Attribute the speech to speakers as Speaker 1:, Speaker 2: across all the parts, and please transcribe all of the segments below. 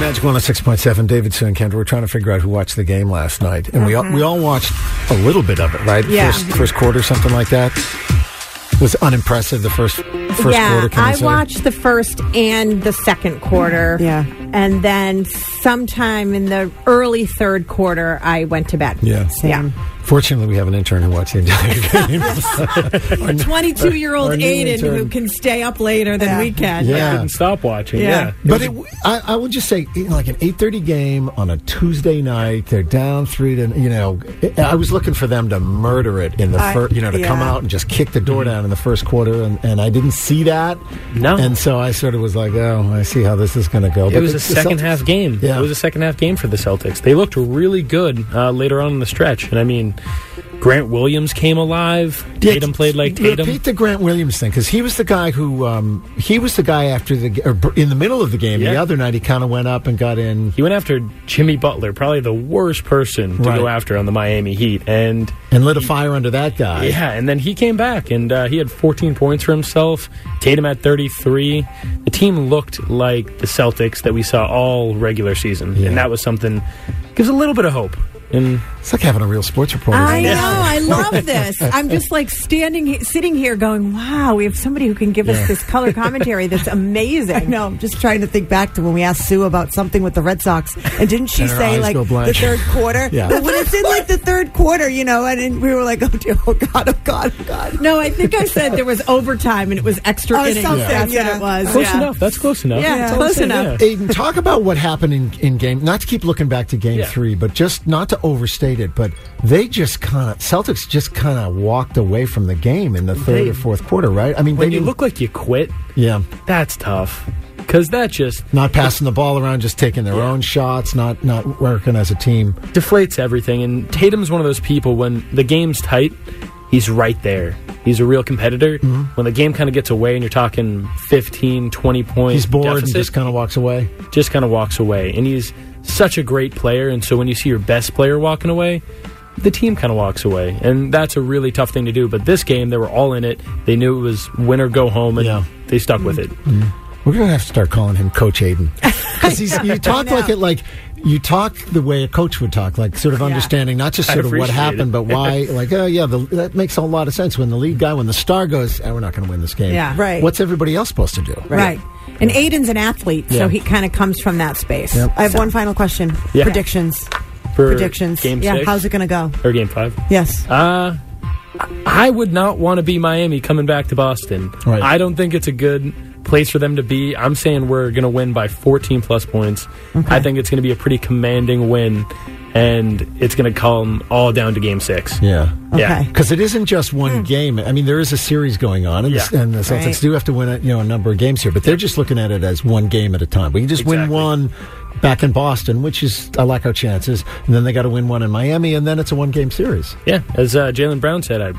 Speaker 1: Magic 106.7, David Sue and Kendra. We're trying to figure out who watched the game last night. And we, all, we all watched a little bit of it, right?
Speaker 2: Yeah.
Speaker 1: First, first quarter, something like that. Was unimpressive the first first
Speaker 2: yeah,
Speaker 1: quarter. can you
Speaker 2: I
Speaker 1: say?
Speaker 2: watched the first and the second quarter.
Speaker 3: Yeah.
Speaker 2: And then sometime in the early third quarter, I went to bed.
Speaker 1: Yeah.
Speaker 2: Yeah.
Speaker 1: Fortunately, we have an intern who watched the entire game.
Speaker 2: 22 year old
Speaker 1: Our new
Speaker 2: Aiden who
Speaker 1: intern.
Speaker 2: can stay up later than we can.
Speaker 1: Yeah.
Speaker 4: Didn't stop watching.
Speaker 2: Yeah.
Speaker 4: Yeah.
Speaker 1: But it, I, I would just say, you know, like an eight thirty game on a Tuesday night, they're down three to, you know, I was looking for them to murder it in the
Speaker 3: I-
Speaker 1: first, you know, to come
Speaker 3: yeah.
Speaker 1: out and just kick the door down in the first quarter, and, and I didn't see that.
Speaker 4: Mm-hmm. No.
Speaker 1: and so I sort of was like, oh, I see how this is going to go.
Speaker 4: It was a
Speaker 1: the- the
Speaker 4: second
Speaker 1: Celtics-
Speaker 4: half game.
Speaker 1: Yeah.
Speaker 4: It was a second half game for the Celtics. They looked really good uh, later on in the stretch. And I mean, Grant Williams came alive.
Speaker 1: Yeah,
Speaker 4: Tatum played like
Speaker 1: repeat
Speaker 4: Tatum.
Speaker 1: the Grant Williams thing because he was the guy who um, he was the guy after the g- or b- in the middle of the game the
Speaker 4: Yeah.
Speaker 1: other night he kind of went up and got in
Speaker 4: He went after Jimmy Butler, probably the worst person to
Speaker 1: Right.
Speaker 4: go after on the Miami Heat. And
Speaker 1: and lit a fire under that guy.
Speaker 4: yeah, and then he came back and uh, he had 14 points for himself. Tatum had 33. The team looked like the Celtics that we saw all regular season.
Speaker 1: Yeah.
Speaker 4: And that was something gives a little bit of hope. And
Speaker 1: It's like having a real sports reporter.
Speaker 2: I know. I love this. I'm just like standing, he- sitting here, going, "Wow, we have somebody who can give us this color commentary that's amazing."
Speaker 3: I know. I'm just trying to think back to when we asked Sue about something with the Red Sox, and didn't she
Speaker 1: And her
Speaker 3: say
Speaker 1: eyes
Speaker 3: like
Speaker 1: go blank.
Speaker 3: the third quarter?
Speaker 1: Yeah.
Speaker 3: But when it's in like the third quarter, you know, and, and we were like, oh, dear, oh god, oh god, oh god.
Speaker 2: No, I think I said there was overtime and it was extra
Speaker 3: Oh,
Speaker 2: innings.
Speaker 3: something,
Speaker 2: That's
Speaker 3: yeah.
Speaker 2: what it was.
Speaker 4: close
Speaker 2: yeah.
Speaker 4: enough. That's close enough.
Speaker 2: Yeah,
Speaker 4: That's all I'm
Speaker 2: close
Speaker 4: saying,
Speaker 2: enough.
Speaker 4: yeah.
Speaker 1: Aiden, talk about what happened in, in game. Not to keep looking back to game
Speaker 4: Yeah.
Speaker 1: three, but just not to overstate it. But they just kind of Celtics just kind of walked away from the game in the third
Speaker 4: They-
Speaker 1: or fourth quarter, right? I mean,
Speaker 4: when
Speaker 1: they
Speaker 4: you
Speaker 1: didn't-
Speaker 4: look like you quit,
Speaker 1: yeah,
Speaker 4: that's tough. Because that just
Speaker 1: not passing the ball around, just taking their own shots, not not working as a team.
Speaker 4: deflates everything. And Tatum's one of those people when the game's tight, he's right there. He's a real competitor.
Speaker 1: Mm-hmm.
Speaker 4: When the game kind of gets away and you're talking 15, 20 points,
Speaker 1: He's bored and just kind of walks away.
Speaker 4: of just kind of walks away. And he's such a great player. And so when you see your best player walking away, the team kind of walks away. And that's a really tough thing to do. But this game, they were all in it. They knew it was win or go home, and
Speaker 1: Yeah.
Speaker 4: they stuck with it.
Speaker 1: We're gonna have to start calling him Coach Aiden because he's you talk like it like you talk the way a coach would talk, like sort of understanding not just
Speaker 4: I
Speaker 1: sort of what
Speaker 4: appreciate
Speaker 1: happened,
Speaker 4: it.
Speaker 1: but why. Like, oh yeah, the, that makes a lot of sense. When the lead guy, when the star goes, oh, we're not going to win this game.
Speaker 2: Yeah.
Speaker 3: Right.
Speaker 1: What's everybody else supposed to do?
Speaker 2: Right. And Aiden's an athlete, so
Speaker 1: Yeah.
Speaker 2: he kind of comes from that space.
Speaker 1: Yep.
Speaker 3: I have one final question.
Speaker 4: Yeah.
Speaker 3: Predictions.
Speaker 4: For
Speaker 3: Predictions.
Speaker 4: Game
Speaker 3: yeah.
Speaker 4: six
Speaker 3: How's it going to go?
Speaker 4: or game five?
Speaker 3: Yes.
Speaker 4: Uh, I would not want to be Miami coming back to Boston.
Speaker 1: Right.
Speaker 4: I don't think it's a good place for them to be. I'm saying we're going to win by 14 plus points. I think it's going to be a pretty commanding win, and it's going to come all down to game six.
Speaker 1: Yeah.
Speaker 4: Yeah.
Speaker 1: Because it isn't just
Speaker 2: Hmm.
Speaker 1: one game. I mean, there is a series going on, and, the,
Speaker 4: Yeah.
Speaker 1: and the Celtics
Speaker 3: Right.
Speaker 1: do have to win a, you know a number of games here. But they're just looking at it as one game at a time. We can just win
Speaker 4: Exactly.
Speaker 1: one back in Boston, which is I like our chances, and then they got to win one in Miami, and then it's a one game series.
Speaker 4: Yeah, as uh, Jalen Brown said, I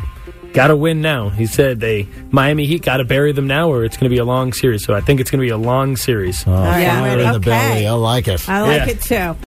Speaker 4: got to win now. He said they Miami Heat got to bury them now, or it's going to be a long series. So I think it's going to be a long series.
Speaker 1: Oh,
Speaker 2: Yeah.
Speaker 1: fire in the
Speaker 2: Okay.
Speaker 1: belly. I like it.
Speaker 2: I like
Speaker 4: Yeah.
Speaker 2: it too.